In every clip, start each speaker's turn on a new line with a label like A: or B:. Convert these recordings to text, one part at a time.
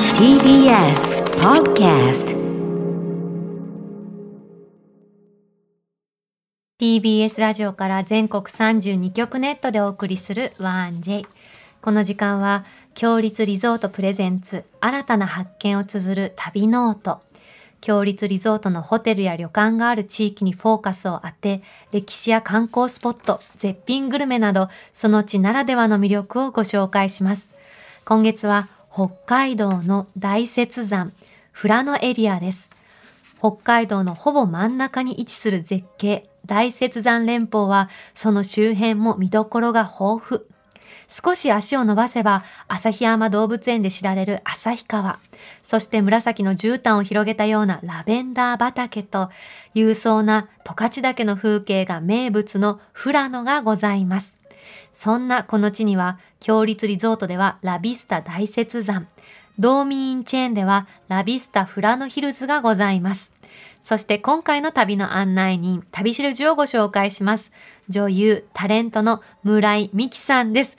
A: TBS Podcast
B: TBS ラジオから全国32局ネットでお送りする「1J」この時間は「強立リゾートプレゼンツ新たな発見」を綴る旅ノート強立リゾートのホテルや旅館がある地域にフォーカスを当て歴史や観光スポット絶品グルメなどその地ならではの魅力をご紹介します今月は北海道の大雪山富良野エリアです北海道のほぼ真ん中に位置する絶景大雪山連峰はその周辺も見どころが豊富少し足を伸ばせば旭山動物園で知られる旭川そして紫の絨毯を広げたようなラベンダー畑と勇壮な十勝岳の風景が名物の富良野がございますそんなこの地には、強立リゾートではラビスタ大雪山、道民インチェーンではラビスタ富良野ヒルズがございます。そして今回の旅の案内人、旅しるじをご紹介します。女優、タレントの村井美樹さんです。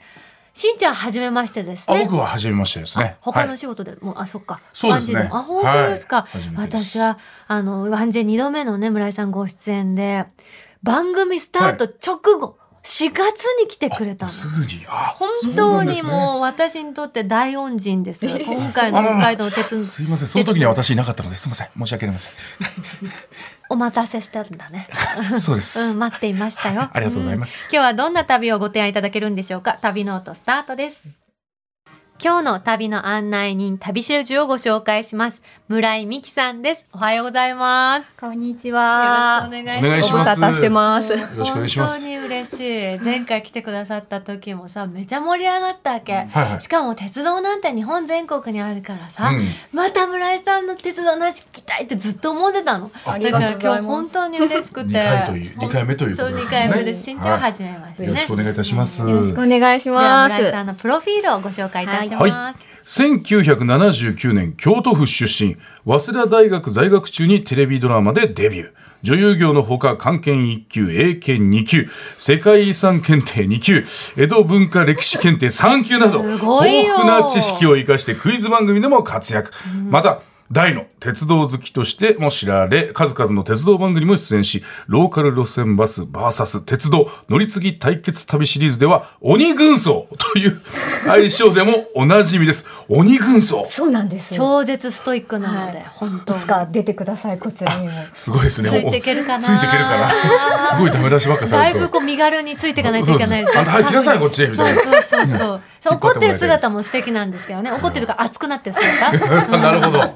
B: しんちゃん、はじめましてです
C: あ
B: ね。
C: 僕は初めましてですね。
B: 他
C: は
B: の
C: い
B: 仕事でも、あ、そっか。
C: そうですね
B: ワンジェもあ、本当ですか。
C: はい初めてです
B: 私は、あの、ワンジェ二度目のね、村井さんご出演で、番組スタート直後、4月に来てくれた
C: あ
B: の。
C: すぐにあ
B: 本
C: そうな
B: 当
C: んで
B: に
C: すね
B: もう私にとって大恩人です。今回の北海道鉄道
C: すいませんその時には私いなかったのですいません申し訳ありませ
B: お待たせしたんだね。
C: んそうです、
B: うん、待っていましたよ。
C: ありがとうございます
B: ん今日はどんな旅をご提案いただけるんでしょうか。旅ノートスタートです。今日の旅の案内人、旅しるじをご紹介します。村井美希さんです。おはようございます。
D: こんにちは。
B: よろしくお
C: お願
B: 願い
C: い
B: し
C: し
B: ま。
C: ますす
D: ご無沙汰してます。
C: よろしくお願いします
B: 本当に嬉しい。前回来てくださった時もさ、めちゃ盛り上がったわけ。
C: はいはい
B: しかも鉄道なんて日本全国にあるからさ、
C: うん
B: また村井さんの鉄道の話聞きたいってずっと思ってたの。
D: あり
B: だ
D: が
B: か
D: と
B: ら今
D: うござい
B: 日
D: ま
B: 本
D: す。
B: 当に嬉しくて。
C: 二回という二回目というこ
B: そ
C: と
B: う
C: で
B: 二
C: す
B: 回
C: ね
B: 目です。新潮始めましてね。
C: よろしくお願いいたします
D: よろしくお願いし
B: では
D: ま
B: 村井
D: す
B: さ。んのプロフィールをご紹介いたします。
C: はい1979年京都府出身早稲田大学在学中にテレビドラマでデビュー女優業のほか漢検1級 A 検2級世界遺産検定2級江戸文化歴史検定3級など
B: すごいよ
C: 豊富な知識を生かしてクイズ番組でも活躍、また大の鉄道好きとしても知られ数々の鉄道番組にも出演しローカル路線バス VS 鉄道乗り継ぎ対決旅シリーズでは鬼軍曹という愛称でもおなじみです鬼軍曹
D: そうなんですよ。
B: 超絶ストイックなので、
D: はい
B: 本
D: い
B: 当に
D: つ。か出てくださいこちらにも。
C: すごいですね
B: ついていけるかな
C: おついていけるかなすごいダメ出しばっかさ
B: だ
C: れ
B: い
C: る
B: ぶ
C: と
B: こう身軽についていかないといけない
C: そうですねあんた早く来なさいこっちへみたいな
B: そうそうそうそうそう
C: 引っ
B: 怒
C: 張っ
B: っててる
C: もらいたいです
B: 姿も素敵なんですけどね怒ってるとか熱くなってる姿
C: なるほどはい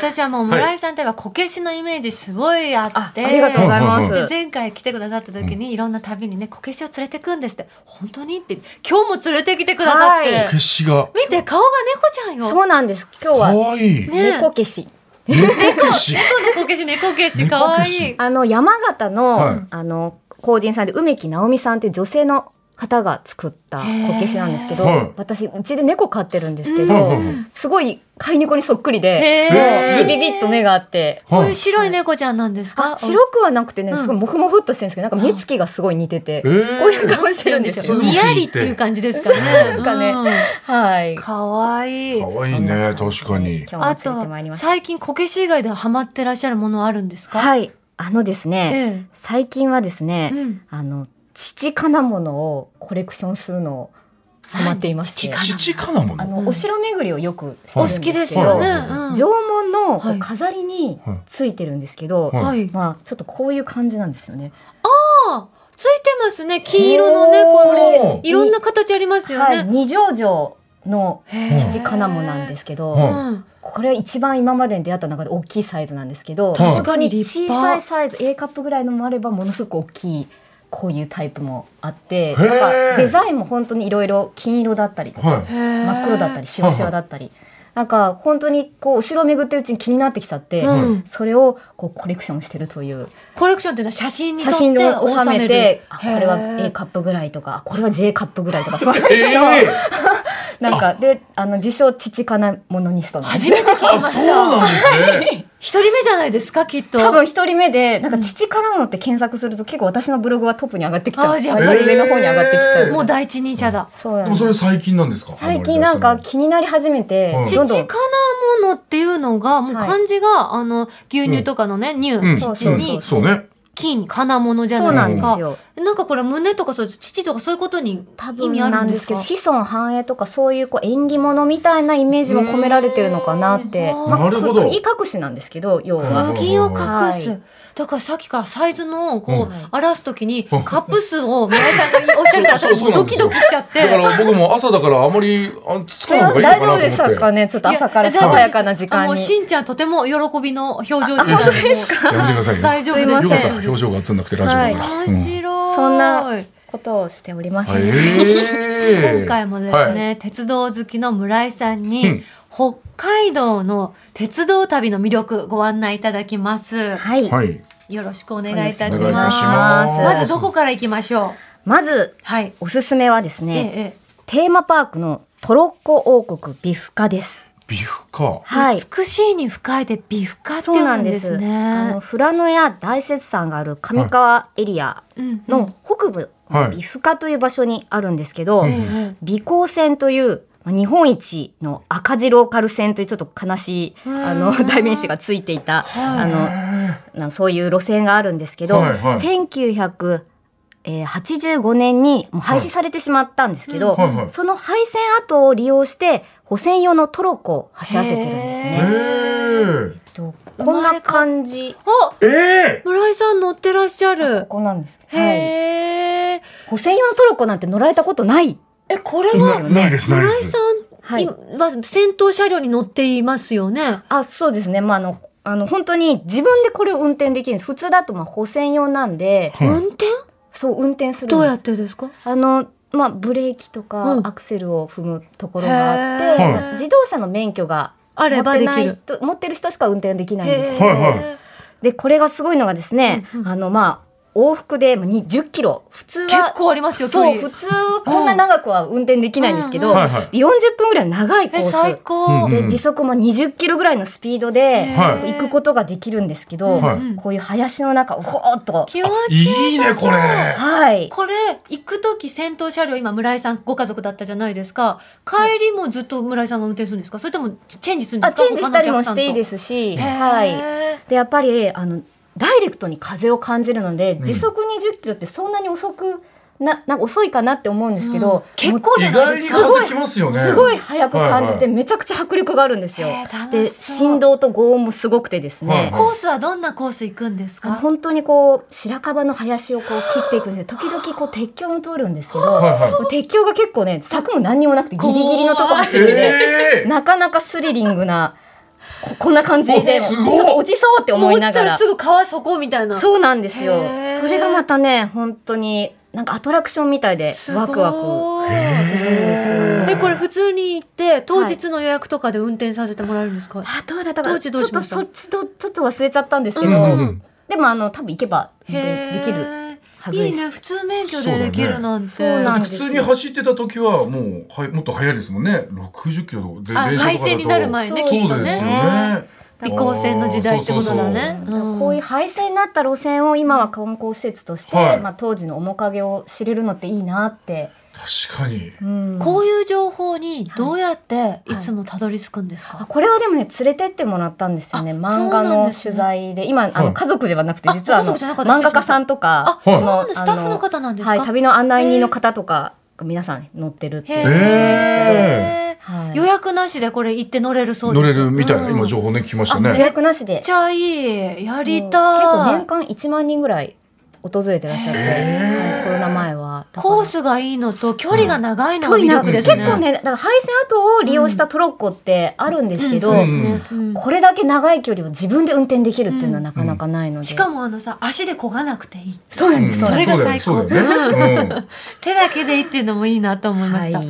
B: 私はもう村井さんといえばこけしのイメージすごいあ
D: あ
B: っ、て
D: ありがとうございま。
C: うんうん
B: です前回来てくださった時にいろんな旅にねこけしを連れてくんですって本当にって今日も連れてきてくださって、
D: はい
C: 消しが
B: 見て顔が猫ちゃんよ
D: そうなんです。今日
C: か
D: は
C: わいい
B: ね
D: 猫消し。
C: 猫消し
B: 猫消し猫消し
C: 猫
B: 可
C: 消
B: 愛
C: し
B: い
D: あの山形の、
C: はい
D: あの工人さんで梅木直美さんっていう女性の方が作ったこけしなんですけど、
C: へーはい
D: 私うちで猫飼ってるんですけ
C: はいは
D: ど
C: いはい、
D: すごい飼い猫にそっくりで、
B: へ
D: も
B: え
D: うビビビッと目があって。
B: こう
C: はい
B: いう白い猫ちゃんなんですか
D: あ白くはなくてね、
B: うん
D: すごいモフモフっとしてるんですけど、なんか目つきがすごい似てて、
C: えー
D: こういう顔してるんです
C: そ
D: よ
C: れ
D: ね。
C: も聞い
B: に
C: て
B: やりっていう感じですかね
D: なんかねはい。
B: 可愛い
C: かわいいね確かに
D: 今
B: あ
D: 日もつい
B: と
D: てまいりました。
B: 最近こけし以外ではハマってらっしゃるものあるんですかい、
D: はい。あのですね、
B: え
D: 最近はです
B: え
D: ね、
B: うん、
D: あの、父金物をコレクションするのをハマっていまして、
B: 何父
C: 父かなも
D: あ
C: の
D: の、お城巡りをよくして
B: お
D: る
B: 好
D: んです
B: き
D: けど、
B: ですよね、
C: はいはいはい
B: うん
D: 縄文のこ
B: はいう
D: 飾りに
C: はい
D: ついてるんですけど、
C: はい
B: はい
D: まあ、ちょっとこういう感じなんですよね。
B: あついてますね黄色のねこ
C: お
B: れ
C: ー
B: いろんな形ありますよ
D: はい、
B: ね、
D: 二条城の
B: へー
D: 父金物なんですけど、
C: は
B: う
C: い
B: ん、
D: これは一番今までに出会った中で大きいサイズなんですけど、
C: 確
B: かに立
D: 小
B: 派
D: さいサイズ A カップぐらいのもあればものすごく大きいこういうタイプもあって
C: ー
D: なんかデザインも本当にいろいろ金色だったりと か、
C: はい
D: 真
B: 真
D: っ黒だったりしわしわだったり、なんか本当にこうお城を巡ってるうちに気になってきちゃって、
B: うん
D: それをこうコレクションしてるという
B: コレクションっていうのは写真に撮
D: 写
B: って
D: 真を収めてあ
B: 収める
D: これは
B: へー
D: A カップぐらいとかあこれは J カップぐらいとかそういう
C: ええ
D: なんかであの自称父かなモノニストなんです
B: 初めて聞きま
C: あ、そう
B: し
C: な
B: た
C: んですね。
B: 一人目じゃないですかきっと
D: 多分一人目でなんか父かなものって検索すると結構私のブログはトップに上がってきちゃ
B: あ
D: う
B: ーじゃあ
D: 割と上の方に上がってきちゃう、
C: えー
B: もう第一人者だ
D: そうな
C: で
D: んで
C: も
D: す
C: それ最近なんですか。
D: 最近なんか気になり始めて、
C: うん
B: 父
D: どんど
B: か
D: ん
B: なものっていうのがもう
D: はい
B: 漢字が、あの牛乳とかのね、乳
C: うん
B: 父
D: そう
B: に
D: そう
C: そうね。
B: 金かなものじゃ
D: そう
B: な
D: ないん
B: で
D: です
B: か
D: すよ
B: なんかこれ胸とかそう父とかそういうことに
D: 多
B: 意
D: 分
B: 味あ
D: な
B: る
D: ん
B: んで
D: です
B: す
D: け
B: か
D: ど子孫繁栄とかそういうこう縁起物みたいなイメージも込められてるのかなって、
B: うん
D: まあ、
C: なるほど
D: く釘隠しなんですけど要は。
B: 釘を隠す、
D: はい
B: だからさっきからサイズのこう、
D: うん
B: 表すときにカップ数を村井さんがおっしゃるから
C: そう
B: 私
C: そ
B: も
C: う
B: う
C: そう
B: ドキド
C: なんですよ
B: キしちゃって
C: だから僕も朝だからあまりあつ
D: そ
C: か
D: れ
C: ない方
D: は
C: がいい
D: 大
C: のかなと思っ
D: 丈夫ですか
C: て。
D: ねちょっと朝か
B: い
D: ら
B: や大丈夫
D: さ
B: です
D: さやかな時
B: あ
D: 間
B: もう
D: に
B: しんちゃんとても喜びの表情してたんでですか
C: やめてくださいよ。
B: 大丈夫です
D: すい
C: よ
D: ま
C: か
D: せ
C: っ
D: ん
C: た表情が映んなくてラジオだから。
B: 面
C: うん
B: 白い、
D: そんなことをしております、
C: えー
B: 今回もですね、鉄道好きの村井さんに、
C: うん
B: 北海道の鉄道旅の魅力ご案内いただきます
D: はい、
C: はい。はい。
B: よろしくお願いいたし
C: お願いい
B: ま
C: た
B: す
C: し
D: ま
C: ます。
D: す
B: まずどこから行きましょう
D: まず
B: はい、
D: おすすめはです
B: ええ
D: ね、
B: ええ
D: テーマパークのトロッコ王国ビフカです
C: ビフか。
D: はい
B: 美しいに深いで美深って言うんですね。
D: あの富良野や大雪山がある上川エリア
B: うんうん
D: の北部
C: は
D: の
C: い
D: 美深という場所にあるんですけど、
C: う
B: ええ
D: 美光線というまあ日本一の赤字ローカル線というちょっと悲しい
B: うん
D: あの 代名詞がついていた
B: はい
D: あのなんそういう路線があるんですけど、
C: はいはい
D: 1985年にもう廃止されてしまったんですけ
C: は
D: ど、
C: いはいはい
D: その廃線跡を利用して補線用のトロッコを走らせてるんです
C: え
B: へ
D: ね。
C: ー
D: とこんな感じ
B: あ
C: え
B: 村井さん乗ってらっしゃ
D: こ
B: る。
D: こなんです。
B: へ
D: はい。
B: え、
D: 補線用のトロッコなんて乗られたことない
B: えこれ
D: ですよ
B: は
C: ー。なない
D: ね。
C: ですないで
B: 村井
C: す
B: さ。ん
D: はい
B: には先頭車両に乗っていますよね。
D: あ、そうですね。まああのあの本当に自分でこれを運転できるんです。普通だとまあ補線用なんで。
C: はい
B: 運転
D: そう運転するんです
B: どうやってですか？
D: あのまあブレーキとか
B: うん
D: アクセルを踏むところがあって、
B: へー
D: まあ自動車の免許が
B: あ
D: 持
B: れ
D: っ
B: ば
D: て
B: で
D: な
B: き
D: い
B: る。
D: 人持ってる人しか運転できないんですけ
C: へ
D: ど、
C: はいはい
D: でこれがすごいのがですね、
B: うんうん
D: あのまあ往復でまあに10キロ普通
B: 結
D: は
B: 構ありますよ。
D: そう
B: 距
D: 普
B: 離
D: 通こんな長くは運転できないんですけど、
B: うん
C: はいはい。
D: 40分ぐらいの長いコ
B: え最
D: ー
B: 高。
C: うん
D: スで時速も20キロぐらいのスピード
B: へ
D: で
B: ー
D: 行くことができるんですけど、
C: はい
B: うんうん
D: こういう林の中をほーっと
B: 気持ちいい。
C: いいねこれ。
D: はい
B: これ行く時先頭車両今村井さんご家族だったじゃないですか帰りもずっと村井さんが運転するんですかそれともチチェンジするんで
D: あ
B: すか
D: チェンジしたりもしていいですすし、
B: は
D: はい。
B: い
D: でやっぱりあのダイレクトに風を感じるので、
C: うん
D: 時速20キロってそんなに遅くななんか遅いかなって思うんですけど、
B: 結
D: も
B: 構じゃ
C: 意
B: ないで
C: 外に
B: すか
C: 風きますよ
D: う
C: ね。
D: すごい速く感じ
C: はい
D: てめちゃくちゃ迫力があるんですよ。
B: へー楽
D: で
B: しそう
D: 振動と轟音もすごくてですね、
C: はい
B: コースはどんなコース行くんです
D: あの
B: か
D: 本当にこう白樺の林をこう切っていくんですけど時々こう鉄橋も通るんですけど、
C: はいはい
D: もう鉄橋が結構ね柵も何にもなくてギリギリのとこ走るんで、
C: えー
D: なかなかスリリングなここんな感じ
C: お
D: でち
C: す
D: ょっ
C: ごい
D: と落ちそうって
B: も
D: 思
B: う
D: い
B: 落
D: な
B: ちた
D: が
B: ら
D: ら
B: すぐ川そこみたいな
D: そうなんですよ
B: へー。
D: それがまたね、本当になんかアトラクションみたいでワクワクするんですよね。
B: えこれ普通に行って当日の予約とかで運転させてもらえるんですか、
D: あどうだったか
B: ど
D: な
B: っち
D: ち
B: ど
D: ょ
B: う
D: っ
B: しま
D: と
B: した
D: そっちとちょっと忘れちゃったんですけど、
C: うんうんうん
D: でもあの多分行けばで
B: へ
D: で
B: ー
D: きるはず
B: い
D: で
B: い
D: す。
B: ね普通免許でできるなんて
D: そうだねそうなん
C: 普通に走ってた時はもうはいもっと速いですもんね。六十キロで電
B: あ
C: 車とかだと。
B: 廃線になる前
D: ね
C: そうですよね。
B: 微光線の時代ってことだね
D: だからこういう廃線になった路線を今は観光施設として、
C: はい
D: まあ、当時の面影を知れるのっていいなって、
C: 確かに。
D: うん
B: こういう情報にどうやっていつもたどり着くんですか、
D: あこれはでもね連れてってもらったんですよね
B: あそ
D: 漫画
B: うなん
D: の
B: ですね
D: 取材で今あ
C: は
D: の
C: い
D: 家族ではなくて
B: あ
D: 実はあ
B: ご家
D: の
B: 族じゃなかった
D: 漫画家さんとか
B: あそう
C: はい
B: なんですスタッフの方なんですか、
D: はい、旅の案内人の方とかが皆さん乗ってるっていう
B: へ
D: 感じなんです
B: え
C: へ、
D: けど、はい
B: 予約なしでこれ行って乗れるそう
C: 乗
B: で
C: れ
B: す
C: るみたいな、
B: うん
C: 今情報ね聞きました
D: あ予
C: ね。
D: 約なし
B: め
D: で
B: っちゃいいやり
D: そう
B: たい
D: 結構年間1万人ぐらい訪れてらっしゃって、
C: へー
D: はいコロナ前はだから
B: コースがいいのと距離が長いの
D: 距
B: が
D: 離
B: 魅力
D: なく
B: で
D: 結
B: すね、
D: 構ねだから配線跡を利用したトロッコってあるんですけど、
B: うんそうですね、うん
D: これだけ長い距離を自分で運転できるっていうのはなかなかないので、
B: しかもあのさ足で漕がなくていい
D: そうなん
C: う
D: で
C: ん
D: す、
B: それが最高
C: そうだよ ね。うん
B: 手だけでいいっていうのもいいなと思いました、
D: はい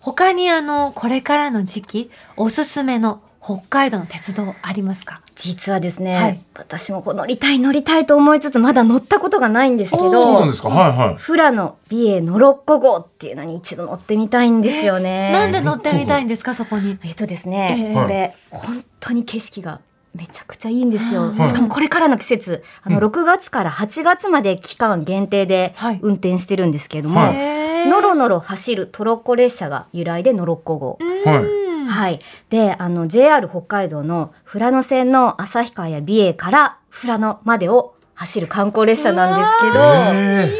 B: 他にあのこれからの時期おすすめの北海道の鉄道ありますか
D: 実はですね、
B: はい
D: 私もこう乗りたい乗りたいと思いつつまだ乗ったことがないんですけ
B: おー
C: そうなん
D: ど
C: ですか。はいはい。
D: 富良野美瑛ノロッコ号っていうのに一度乗ってみたいんですよね。
B: なんで乗ってみたいんですかそこに
D: えっとですね、
B: ええ
D: これ本当に景色がめちゃくちゃいいんですよ、
C: はい
D: しかもこれからの季節あの
C: うん
D: 6月から8月まで期間限定で
B: はい
D: 運転してるんですけれども、
C: はい
B: へー
D: のろのろ走るトロッコ列車が由来でのろっこ号、
B: うん
C: はい
D: はいであの JR 北海道の富良野線の旭川や美瑛から富良野までを走る観光列車なんですけど、
C: え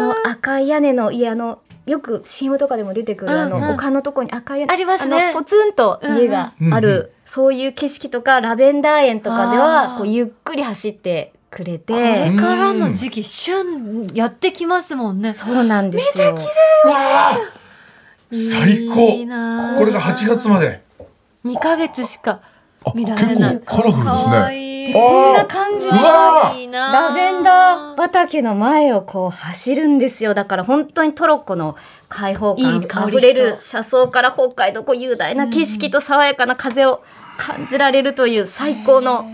D: もう赤い屋根の家あのよく CM とかでも出てくる、あ
B: うん
D: の
B: うん
D: 丘のとこに赤い屋根
B: ありますね
D: あのポツンと家がある、
C: うんうんうん
D: そういう景色とかラベンダー園とかで
B: あ
D: は
B: ー
D: こうゆっくり走ってくれ
B: これ
D: て
B: からの時期旬やってきますもんね
D: そうなんですよ
C: ー、わあ最高
B: いいなあ
C: これが8月まで。
B: 二ヶ月しか
C: あ
B: 見
C: 結
B: られない
C: 構カラフル
B: かわ
C: ですね。
B: いい
D: こんな感じで
C: うわ
B: いいなあ
D: ラベンダー畑の前をこう走るんですよだから本当にトロッコの開放
B: い
D: 感
B: い香り
D: あふれる車窓から北海道こう雄大な景色と爽やかな風を感じられるという最高の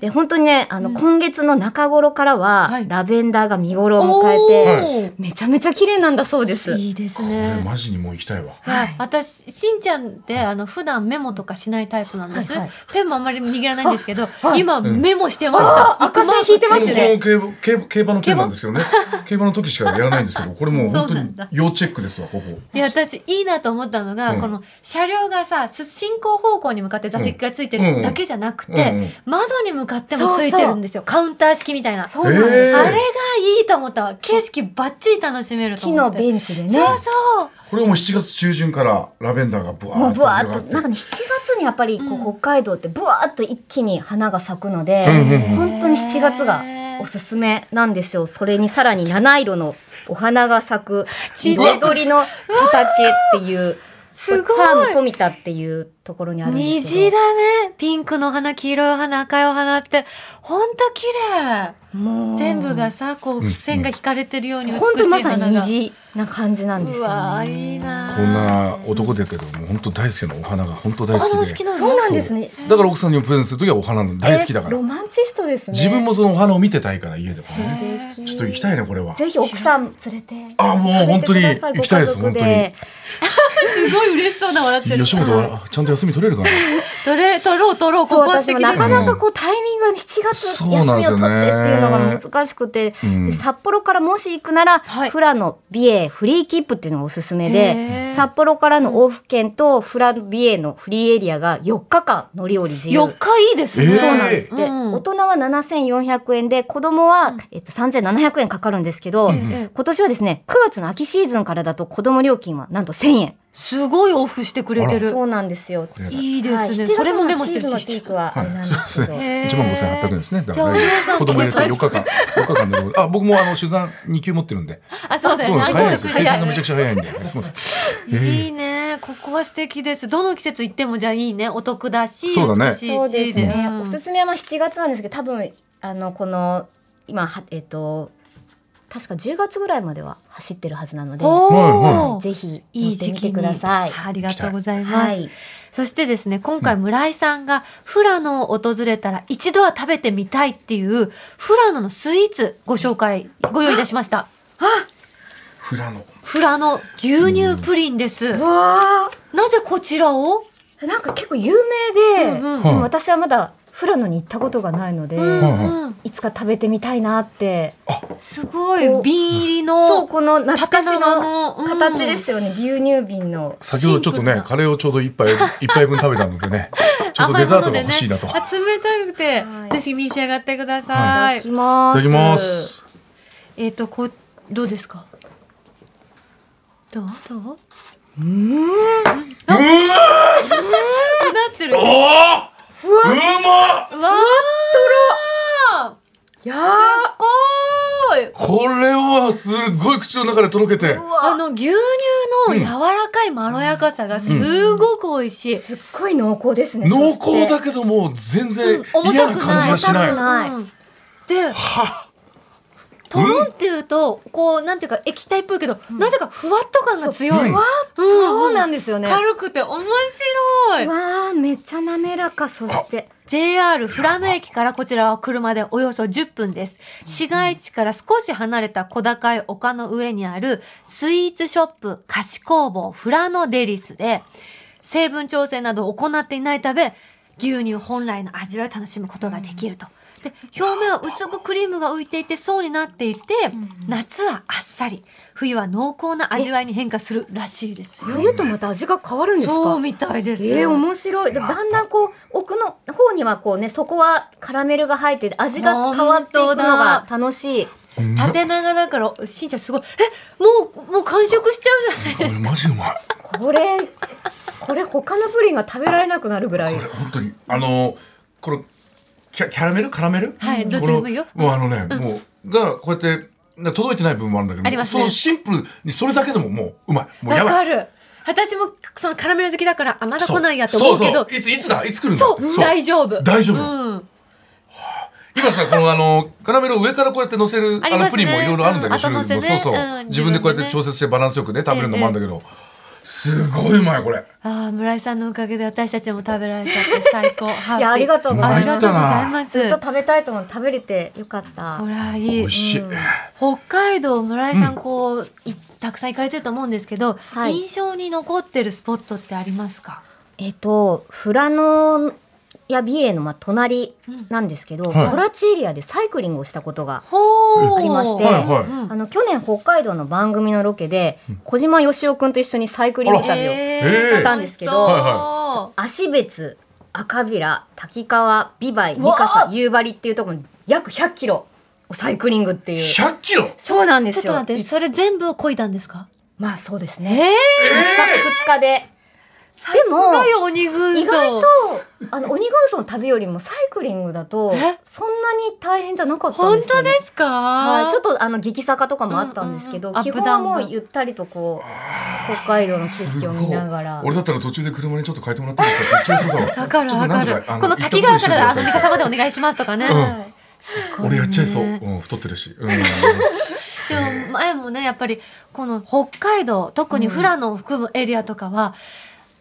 D: で本当にねあの、今月の中頃からは、
B: はい
D: ラベンダーが見頃を迎え
B: お
D: て、
B: ー
D: めちゃめちゃ綺麗なんだそうです。
B: いいです
C: これ
B: ね
C: マジにもう行きたいわ。
B: いや私しんちゃんってあの普段メモとかしないタイプなんです、
D: はいはい
B: ペンもあんまり握らないんですけど、今
C: ん
B: メモしてました、
D: あ
B: 赤線引いてます
C: 僕
B: ね
C: の競馬競馬競馬の件なんですけどね。競馬の時しかやらないんですけど、これもう本当に要チェックですわここ。
B: で私いいなと思ったのが、
C: うん
B: この車両がさす進行方向に向かって座席がついてるだけじゃなくて、
C: うんうん
B: 窓に向かってもついてるんですよカウンター式みたいな
D: そうなんです、
C: え
B: あ
C: ー
B: れがいいと思ったわ景色ばっちり楽しめると
D: 木
B: 思
D: の
B: って
D: ベンチでね
B: そうそう
C: これはもう7月中旬からラベンダーがブワ
D: も
C: ー
D: う
C: ッ
D: ぶわ
C: と
D: ーっと
C: 広
D: な
C: が
D: ん
C: っ
D: か
C: て。
D: ね7月にやっぱりこう北海道ってぶわーっと一気に花が咲くので、
C: うんうんうん
D: 本当に7月がおすすめなんですよそれにさらに七色のお花が咲く
B: ち
D: 緑の畑っていう
B: すごい
D: ファーム富田っていうところにあるんですけど
B: 虹だねピンクのお花黄色いお花赤いお花ってほんと綺麗
D: もう
B: 全部がさこう
C: うん
B: 線が引かれてるように美しい
D: 本当にまさ
B: 花が
D: に虹な感じなんです
B: う
D: よ
B: わ
D: ね。
B: いいな
C: こんな男だけど、もう本当大好きなお花が本当大
B: お
C: 好
B: 花も好
C: き
B: き
C: で。
B: なの
D: そうなんですね。
C: だから奥さんにもプレゼントするときはお花の大好きだか
D: え
C: ら
D: ロ。マンチストですね。
C: 自分もそのお花を見てたいから家でも
D: 素
C: ね。
D: 敵
C: ちょっと行きたいねこれは。
D: ぜひ奥さん連れて。
C: あもう本当に
D: 食べてくださ
C: 行きたいです
D: ご家
C: 本
D: 族
C: 当に。
B: すごい嬉しそうな笑ってる
C: 吉本はちゃんと休み取れるかな。
B: 取れ取ろう取ろう
D: そ
B: こ
D: う
B: こは素敵
D: 私も
B: で
D: な
B: す
D: かなかこうタイミングがね7月休
C: そう
D: みを
C: なん
D: 取
C: で
D: っ
C: す
D: て
C: よ
D: って
C: ね
D: いうのが難しくて、
C: うん
D: で札幌からもし行くなら、
B: はい
D: 富良野美瑛フリー切符っていうのがおすすめ
B: へ
D: で
B: ー
D: 札幌からの往復券と富良野美瑛のフリーエリアが4日間乗り降り自由
B: 四日いいですね、
C: えー
D: そうなんです。で、
B: うん
D: 大人は7400円で、子供は、えっと、3700円かかるんですけど、
B: ええ
D: 今年はですね、9月の秋シーズンからだと子供料金はなんと1000
B: すごいオフしてくれて
D: 円。
B: る
D: そうなんですよ。
C: これは
B: いういですね、
D: はい
B: それもメモして
D: 7月の
B: る
D: シーズン
B: し
D: のピークはあれなんですけ
C: そうです
D: ど。
C: ね。
B: へー
C: 一万五千八百円ですね。だから
B: じゃあお父さん
C: 子供入れて
B: 計
C: 4
B: 算し
C: 日間、4日間でも。あ、僕もあの取材2級持ってるんで。
B: あそうだ
C: そう
B: よ
C: な
B: ね
C: んです。
B: アルコ
C: 早い
B: ー
C: で
B: ル
C: す
B: く
C: よ。
B: らい
C: 計
B: ある
C: 算がめちゃくちゃ早いんで。すみません。え
B: いいねここは素敵ですどの季節行ってもじゃあいいねお得だし
C: そうだね
B: 美しいし
D: そうですね。
B: ん
D: おすすめはまあ7月なんですけど、多分、あの、この、今、はえっと、確か10月ぐらいまでは走ってるはずなので、
B: お
C: はい
B: ー
D: ぜひ、
B: い
D: 乗
B: い
D: って
B: 時
D: み
B: 期
D: て
B: に
D: ください。
B: ありがとうございます、
D: はい
B: そしてですね今回村井さんが富良野を訪れたら一度は食べてみたいっていう富良野のスイーツご紹介ご用意いたしました
C: 富良野。
B: 富良野牛乳プリンです、
D: うわー
B: なぜこちらを
D: なんか結構有名で、
B: うんうん
D: でも私はまだ富良野に行ったことがないので、
C: ん
D: いつか食べてみたいなって、
B: すごい
D: こう
B: 瓶入り
D: そう
B: の
D: この懐かしの
B: 縦長のうん
D: 形ですよね、牛乳瓶の
C: 先ほどちょっと
B: シンプル
C: ね
B: な、
C: カレーをちょうど一杯、一杯分食べたので ね、ちょっとデザートが欲しいなと。い
B: 甘いものでねあ冷たくて、
D: はい
B: ぜひ召し上がってください、
D: いただきま
C: た
D: す
C: だきます。
B: えっ、とこうどうですかどうどううん うんなってる
C: おお
B: わ
C: うまっ
B: ー
D: いやー
B: すっごい
C: これはすごい口の中でとろけて。
B: あの牛乳の柔らかいまろやかさがすごく美味しい、
D: すっごい濃厚ですね
C: 濃厚だ
D: け
C: けども全然
B: 重
C: 嫌
B: た
C: な
B: くな
C: 感
B: い
C: じがしない。
D: 重たく
C: は
D: ない
B: うんで
C: あ
B: とろんっていうとこうなんていうか液体っぽいけど、なぜかふわっと感が強い、
C: うん
B: わ
D: そうなんですよね、
B: 軽くて面白い
D: わーめめっちゃ滑らか、そして。
B: JR 富良野駅からこちらは車でおよそ10分です。市街地から少し離れた小高い丘の上にあるスイーツショップ菓子工房富良野デリスで成分調整などを行っていないため牛乳本来の味わいを楽しむことができると。で表面は薄くクリームが浮いていて層になっていて夏はあっさり冬は濃厚な味わいに変化するらしいですよ。
D: 冬とまた味が変わるんですか
B: そうみたいですよ。
D: えー、面白い。だだんだんこう、奥の方にはこうね、そこはカラメルが入ってて、味が変わっていくのが楽しい。
B: 縦長だからしんちゃんすごいえもうもう完食しちゃうじゃない
C: これマジうまい
D: これ、これ他のプリンが食べられなくなるぐらい
C: こ。れ本当にあのこれキャキャラメルカラメル
B: はい
C: この
B: どっちでもいいよ
C: もうあのね、もうがこうやってな届いてない部分もあるんだけど
B: ありますね
C: そのシンプルにそれだけでももううまいもうや
B: わ
C: ば
B: か
C: い
B: る私もそのカラメル好きだからあまだ来ないやと
C: そ
B: 思うけど
C: そうそういついつだいつ来るんだ
B: そう大丈夫
C: 大丈夫
B: うん
C: 今さこのあのカラメルを上からこうやって乗せる
B: あ
C: あ,、
B: りますね
C: のプリンもいろいろあるんだけど、
B: うん後乗せね
C: 種類もそうそう、
B: うん
C: 自分でこうやっ
B: 自分でね
C: て調節してバランスよくね食べるのもあるんだけど、すごいうまいこれ
B: あー村井さんのおかげで私たちも食べられちゃって最高ハッピー
D: ありがとうございます
B: ありがとうございます
D: ずっと食べたいと思って食べれてよかった
B: ほ。らい
C: 美
B: い
C: 味しい、
B: 北海道村井さんこう、いたくさん行かれてると思うんですけど、
D: はい
B: 印象に残ってるスポットってありますか
D: えっと、富良野や美瑛のまあ隣なんですけど、
C: はい
D: ソラチエリアでサイクリングをしたことが
B: ほー
D: ありまして、
C: はいはい
B: うん
D: あの去年北海道の番組のロケで、小島よしおくんと一緒にサイクリング旅を、
C: えー
D: したんですけど
C: はい
D: 芦別赤平滝川美梅三笠夕張っていうところに約100キロをサイクリングっていう
C: 100キロ
D: そうなんで
B: ちょっ
D: す
B: と
D: よ
B: 待って、それ全部こいだんですか
D: まあそうです
B: え
D: ね
B: え
D: 一泊二日でで
B: すごい
D: も
B: 鬼軍
D: 意
B: 曹
D: 外とあの鬼軍曹の旅よりもサイクリングだと
B: え
D: そんなに大変じゃなかったん
B: 本
D: ですよ
B: 当
D: ね
B: ですか、
D: はい、ちょっとあの激坂とかもあったんですけど、
B: うんうんうん
D: 基本はもうゆったりとこう北海道の景色を見ながら
C: 俺だったら途中で車にちょっと変えてもらっていいですかめっちゃそうだわ
B: わかる
C: ちょっ
B: わ
C: とな
B: か
C: んと
B: る
C: あ
B: この滝川からあの三笠までお願いしますとかね、
C: うん
D: はい
C: 俺やっちゃいそう、
B: ね
C: うん、太ってるし、うん、
B: でも前もねやっぱりこの北海道特に富良野を含むエリアとかは、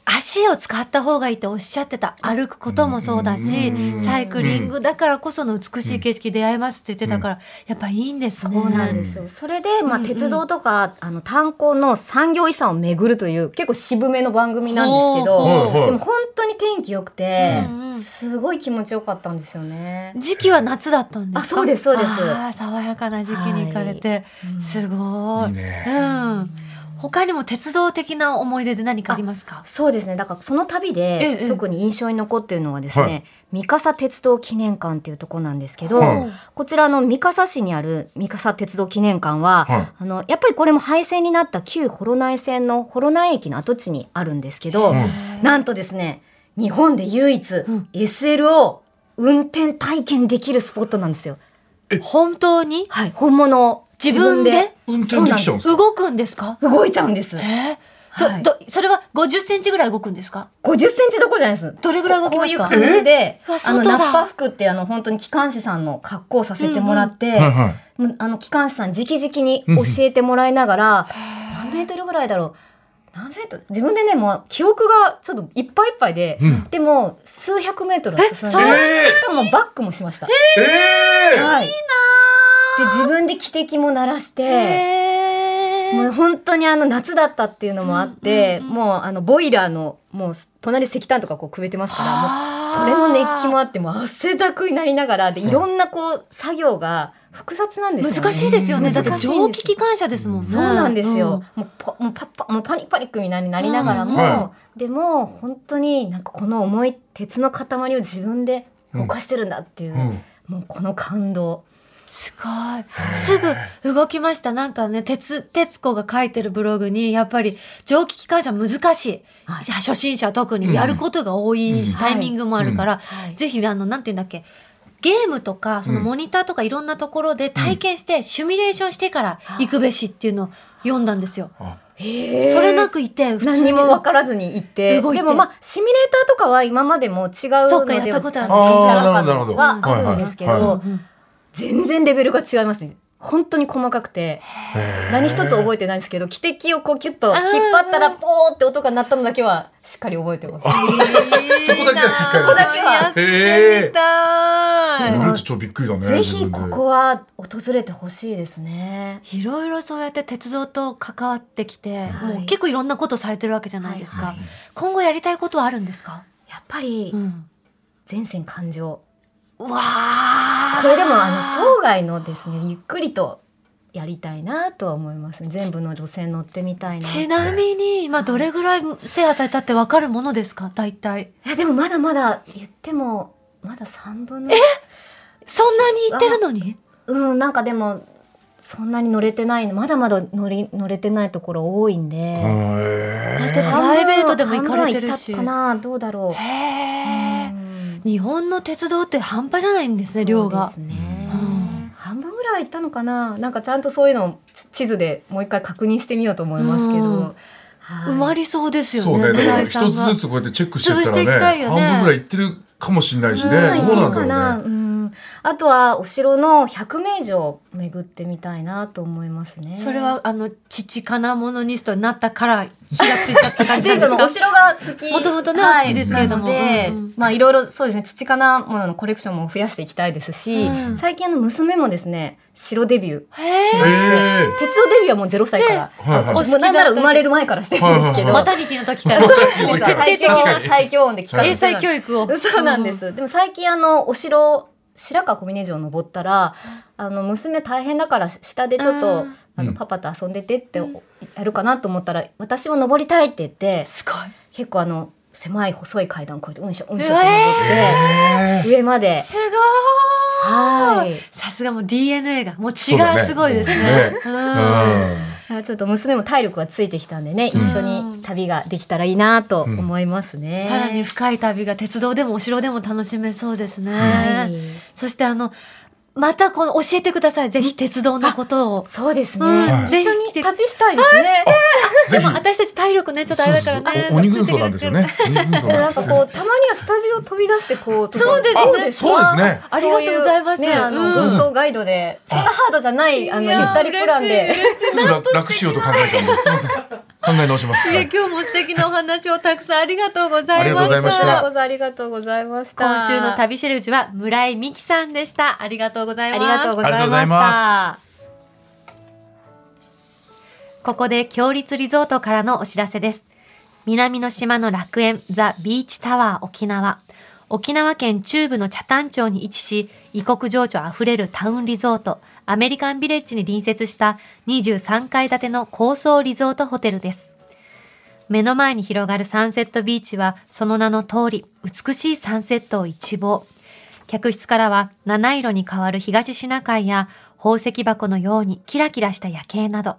B: 足を使った方がいいっておっしゃってた歩くこともそうだし、
C: うん
B: サイクリングだからこその美しい景色出会えますって言ってたから、やっぱいいんですね
D: そうなんですよ。それで、まあ、鉄道とか、あの、炭鉱の産業遺産を巡るという、結構渋めの番組なんですけ
B: ほう
D: ど、
B: ほう
C: はいはい
D: でも本当に天気良くて
B: うんうん、
D: すごい気持ちよかったんですよね。
B: 時期は夏だったんですか
D: あそうですそうです
B: あー爽やかな時期に行かれて、すごい
C: いいね
B: うん、他にも鉄道的な思い出で何かありますか
D: そうですね。だからその旅
B: え
D: で、
B: え
D: 特に印象に残っているのはですね、
C: はい
D: 三笠鉄道記念館っていうところなんですけど、
C: はい
D: こちらの三笠市にある三笠鉄道記念館は、
C: はい
D: あの、やっぱりこれも廃線になった旧幌内線の幌内駅の跡地にあるんですけど、なんとですね、日本で唯一、SL を運転体験できるスポットなんですよ。
B: 本当に
D: はい、本物を
B: 自分で
C: 運転できちゃうんですか
B: 動くんですか
D: 動いちゃうんです。
B: えーど
D: はい
B: どそれは50センチぐらい動くんですか
D: 50センチどころじゃないです。
B: どれぐらい動きますか
D: こういう感じで
B: うわ、
D: あの、
B: 外だ
D: ナッパ服ってあの、本当に機関士さんの格好をさせてもらって、
C: はいはい
D: もうあの、機関士さん直々に教えてもらいながら、何メートルぐらいだろう。何メートル自分でね、もう記憶がちょっといっぱいいっぱいで、
C: ん
D: でも、数百メートルは進んで、
B: えそん
C: なに
D: しかもバックもしました。
C: ええ
D: はい、いいなで自分で汽笛も鳴らして
B: へ
D: もう本当にあの夏だったっていうのもあって、もうあのボイラーのもう隣石炭とかこうくべてますからもうそれの熱気もあってもう汗だくになりながらでいろんなこう作業が複雑なんですよね。
B: 難しいですよねだって
D: 難しいんです
B: 蒸気機関車ですもんね
D: そうなんです
B: う
D: よ
B: ん。
D: もうパもうパッパもうパニパニックになりなりながらも、
C: うんは
D: でも本当になんかこの重い鉄の塊を自分で動かしてるんだっていう、
C: うん
D: もうこの感動。
B: すごい。すぐ動きました。なんかね、鉄、鉄子が書いてるブログに、やっぱり蒸気機関車難しい。
D: はい
B: 初心者は特にやることが多いし、
C: うん
B: タイミングもあるから、
D: はい
B: ぜひ、あの、なんていうんだっけ、ゲームとか、その
C: うん
B: モニターとかいろんなところで体験して、シミュレーションしてから行くべしっていうのを読んだんですよ。
C: あ
B: それなくいて、普通
D: 何
B: に
D: も分からずに行って
B: 動いて
D: でもまあシミュレーターとかは今までも違う
B: そう
D: の
B: か
D: で
B: やったことある
D: の
C: あー
D: 実写とか
C: なるほどなるほど
D: はあるんですけど、
C: はいはい
B: うんうん
D: 全然レベルが違いますね本当に細かくて何一つ覚えてないんですけど汽笛をこうキュッと引っ張ったらポーって音が鳴ったのだけはしっかり覚えてます。
C: そこだけはしっかり
B: そこだけやってみた
C: え
B: い
C: 俺たち超びっくりだね
D: ぜ
C: 自
D: ひ
C: 分で
D: ここは訪れてほしいですね。
B: いろいろそうやって鉄道と関わってきて、
D: はい
B: もう結構いろんなことされてるわけじゃないですか、
C: はいはい
B: 今後やりたいことはあるんですか、
D: やっぱり
B: うん、
D: 前線感情。
B: わあ
D: これでもあの生涯のですねゆっくりとやりたいなとは思いますね。全部の路線乗ってみたいな。
B: ちなみに今どれぐらい制覇されたってわかるものですか大体
D: いやでもまだまだ言ってもまだ3分の
B: そんなに行ってるのに
D: うんなんかでもそんなに乗れてないのまだまだ乗り乗れてないところ多いんで。
C: へ
B: だって
C: ー
B: プライベートでも行かれてるし
D: 半分は行ったかなどうだろう。
B: へえ
D: うん
B: 日本の鉄道って半端じゃないんですね量が
D: そうですね
B: うん
D: 半分ぐらい行ったのかななんかちゃんとそういうのを地図でもう一回確認してみようと思いますけど、
B: うん
D: はい
B: 埋まりそうですよ
C: そう
B: ね
C: ねだか
B: 村
C: ら
B: 井
C: 一
B: さん
C: つ
B: が
C: ずつこうやってチェックしてったら
B: 潰していきたい
C: ね
B: よね
C: 半分ぐらいいってるかもしれないしねどう
D: うん
C: ないん
D: い
C: だ
D: か
C: ろう
D: な
C: ね
D: うんあとはお城の百名城を巡ってみたいなと思いますね。
B: それはあの父かなモノニストになったから気がついちゃった感じなんで
D: ですもお
B: か
D: 城が好き
B: もともとね、
D: はい
B: お好きですけれども、
D: で、
B: うん
D: まあいろいろそうですね土かなもののコレクションも増やしていきたいですし、
B: うん
D: 最近あの娘もですね城デビュー
B: へ
C: へ
B: え
C: え
D: 鉄道デビューはもう0歳から、
C: はいはい
B: お好き
D: もうなんなら生まれる前からしてるんですけど、
C: はいはいはい
B: マタニティの時から徹
D: そう
B: 底
D: です
B: 的
D: 胎
B: な
D: 教胎教音で聞か
B: 英
D: れて
B: 才教育を
D: そうなんで、す。でも最近あのお城白川小峰城登ったら、あの娘大変だから下でちょっ
B: う
D: と
B: ん
D: あ
C: う
D: の
C: ん
D: パパと遊んでてってやるかなと思ったら、私も登りたいって言って、
B: すごい
D: 結構あの狭い細い階段を越えてうんしょうんしょ
B: う
D: って
B: わ
D: 登って上まで、
B: すごーい
D: はい。
B: さすがもう DNA がもう血
C: そうだね
B: がすごいですねう
C: うん
D: あちょっと娘も体力がついてきたんでね、
C: うん
D: 一緒に旅ができたらいいなと思いますね。
B: んさらに深い旅が鉄道でもお城でも楽しめそうですね、
D: はい
B: そしてあのまたこの教えてくださいぜひ鉄道のことを
D: そうですね。
B: うん
D: 一緒
B: ぜひ来て
D: に旅したいですね。
C: ぜひ
B: 私たち体力ねちょっとあれだからね
C: そうそうお鬼軍曹なんですよね鬼軍曹
D: な
C: なん
D: ん
C: で
D: か
C: す
D: こ
C: よ
D: うたまにはスタジオ飛び出してこうとか
B: そうですね
D: どですか
C: そうですね
B: ありがとうございます
D: そううねあの
B: うん
D: 運送ガイドでそんなハードじゃないあのゆ
B: や
D: ったりプランで
B: 嬉しい
C: すぐ楽楽しようと考えちゃうんですすいません考え直します
B: いや今日も素敵なお話をたくさんありがとうございま
C: ありがとうござい
B: し。
C: ましたた
D: こそありがとうございました
B: 今週の旅シェルジュは村井美樹さんでした。ありがとうござい
D: あ
B: ま
D: り
B: す。
D: がとうござ
C: ありがとう
D: い
C: ござ
D: ま
C: い
D: した
C: ま
B: ここで強立リゾートからのお知らせです。南の島の楽園、ザ・ビーチタワー沖縄。沖縄県中部の北谷町に位置し、異国情緒あふれるタウンリゾート、アメリカンビレッジに隣接した23階建ての高層リゾートホテルです。目の前に広がるサンセットビーチは、その名の通り、美しいサンセットを一望。客室からは、七色に変わる東シナ海や、宝石箱のようにキラキラした夜景など、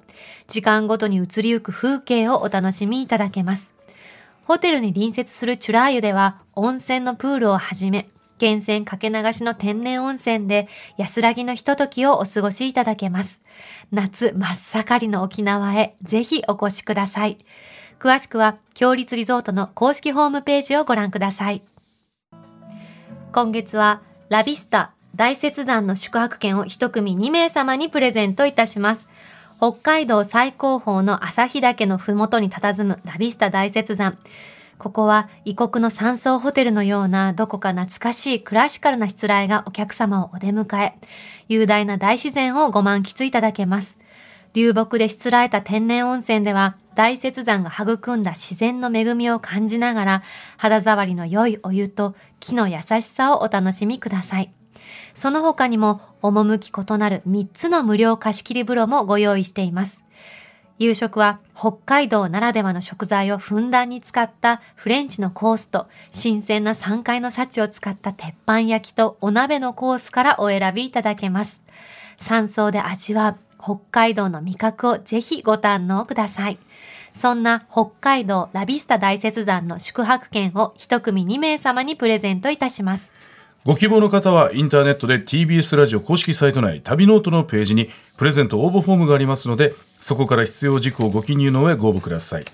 B: 時間ごとに移りゆく風景をお楽しみいただけます。ホテルに隣接するチュラー湯では、温泉のプールをはじめ、源泉かけ流しの天然温泉で安らぎのひとときをお過ごしいただけます。夏真っ盛りの沖縄へぜひお越しください。詳しくは、強立リゾートの公式ホームページをご覧ください。今月はラビスタ大雪山の宿泊券を一組2名様にプレゼントいたします北海道最高峰の旭岳のふもとに佇むラビスタ大雪山ここは異国の山荘ホテルのようなどこか懐かしいクラシカルなしつらえがお客様をお出迎え雄大な大自然をご満喫いただけます流木でしつらえた天然温泉では大雪山が育んだ自然の恵みを感じながら肌触りの良いお湯と木の優しさをお楽しみくださいその他にも趣異なる3つの無料貸し切り風呂もご用意しています夕食は北海道ならではの食材をふんだんに使ったフレンチのコースと新鮮な3階の幸を使った鉄板焼きとお鍋のコースからお選びいただけます山荘で味わう北海道の味覚をぜひご堪能くださいそんな北海道ラビスタ大雪山の宿泊券を一組2名様にプレゼントいたします
C: ご希望の方はインターネットで TBS ラジオ公式サイト内旅ノートのページにプレゼント応募フォームがありますのでそこから必要事項をご記入の上ご応募ください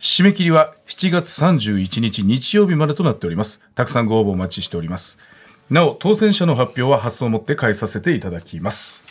C: 締め切りは7月31日日曜日までとなっておりますたくさんご応募お待ちしておりますなお当選者の発表は発送をもって返させていただきます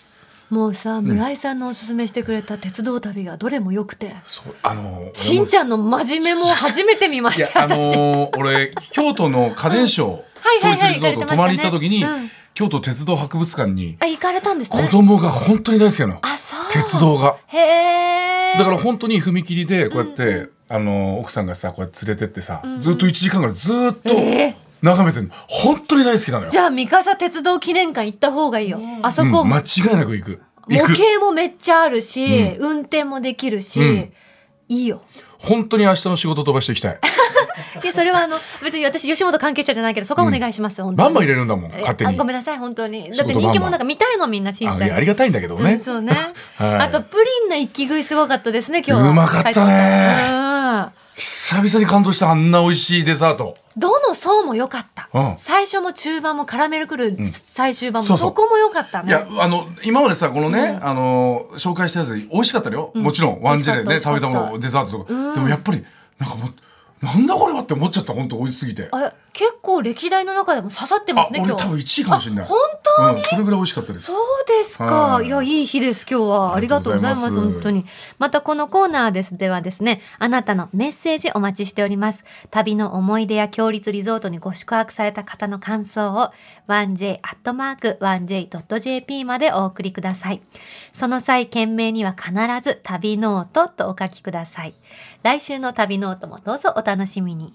B: もうさ村井さんのおすすめしてくれた鉄道旅がどれも良くて、
C: そうあのー
B: しんちゃんの真面目も初めて見ま
C: いや
B: した
C: あ
B: 私、
C: のー俺京都の家電商
B: はいは
C: 統
B: い
C: 一
B: はい
C: リゾート泊まりに行った時に、
B: 行かれてましたね
C: 京都鉄道博物館に
B: あ行かれたんですね
C: 子供が本当に大好きなの
B: あそう
C: 鉄道が
B: へえ
C: だから本当に踏切でこうやって、あのー奥さんがさこうやって連れてってさ、ずっと1時間ぐらいずっと
B: えー
C: 眺めてるの本当に大好きなのよ
B: じゃあ三笠鉄道記念館行った方がいいよ、
D: ねえ
B: あそこ、
C: うん、間違いなく行く行
B: 模
C: く
B: 型もめっちゃあるし、運転もできるし、
C: うん
B: いいよ
C: 本当に明日の仕事飛ばしていきた い
B: でそれはあの別に私吉本関係者じゃないけどそこはお願いします、本当
C: バ
B: に
C: ンバン入れるんだもん勝手
B: あ
C: に
B: ごめんなさい本当に
C: 仕
B: だって
C: 事バンバン
B: 人気者なんか見たいのみんなしんちゃ
C: あ
B: ん
C: いやありがたいんだけども
B: う
C: ね、
B: ん、そうね、
C: はい
B: あとプリンの一気食いすごかったですね今日は
C: うまかったね
B: うん
C: 久々に感動したあんな美味しいデザート
B: どの層も良かった、
C: うん
B: 最初も中盤もカラメルくる最終盤も
C: そうそう
B: どこも良かったね
C: いやあの今までさこのね、あの紹介したやつ美味しかったよ、もちろんワンジェレ
B: 美
C: ね
B: 味しかっ
C: 食
B: た
C: べたも
B: 美
C: のデザートとか、でもやっぱりなんかもうなんだこれはって思っちゃった本当美味しすぎてあ,、
B: あ結構歴代の中でも刺さってますね今
C: 俺
B: 日
C: 多分1位かもしれない
B: あ本当に、
C: うんそれぐらい美味しかったです
B: そうですか。
C: はい
B: いや、いい日です、今日は。あ
C: あ
B: り
C: り
B: が
C: が
B: と
C: と
B: う
C: う
B: ご
C: ご
B: ざ
C: ざ
B: いま
C: います
B: す、本当に。またこのコーナーです。ではですね、あなたのメッセージお待ちしております。旅の思い出や強立リゾートにご宿泊された方の感想を、1j.1j.jp までお送りください。その際、件名には必ず旅ノートとお書きください。来週の旅ノートもどうぞお楽しみに。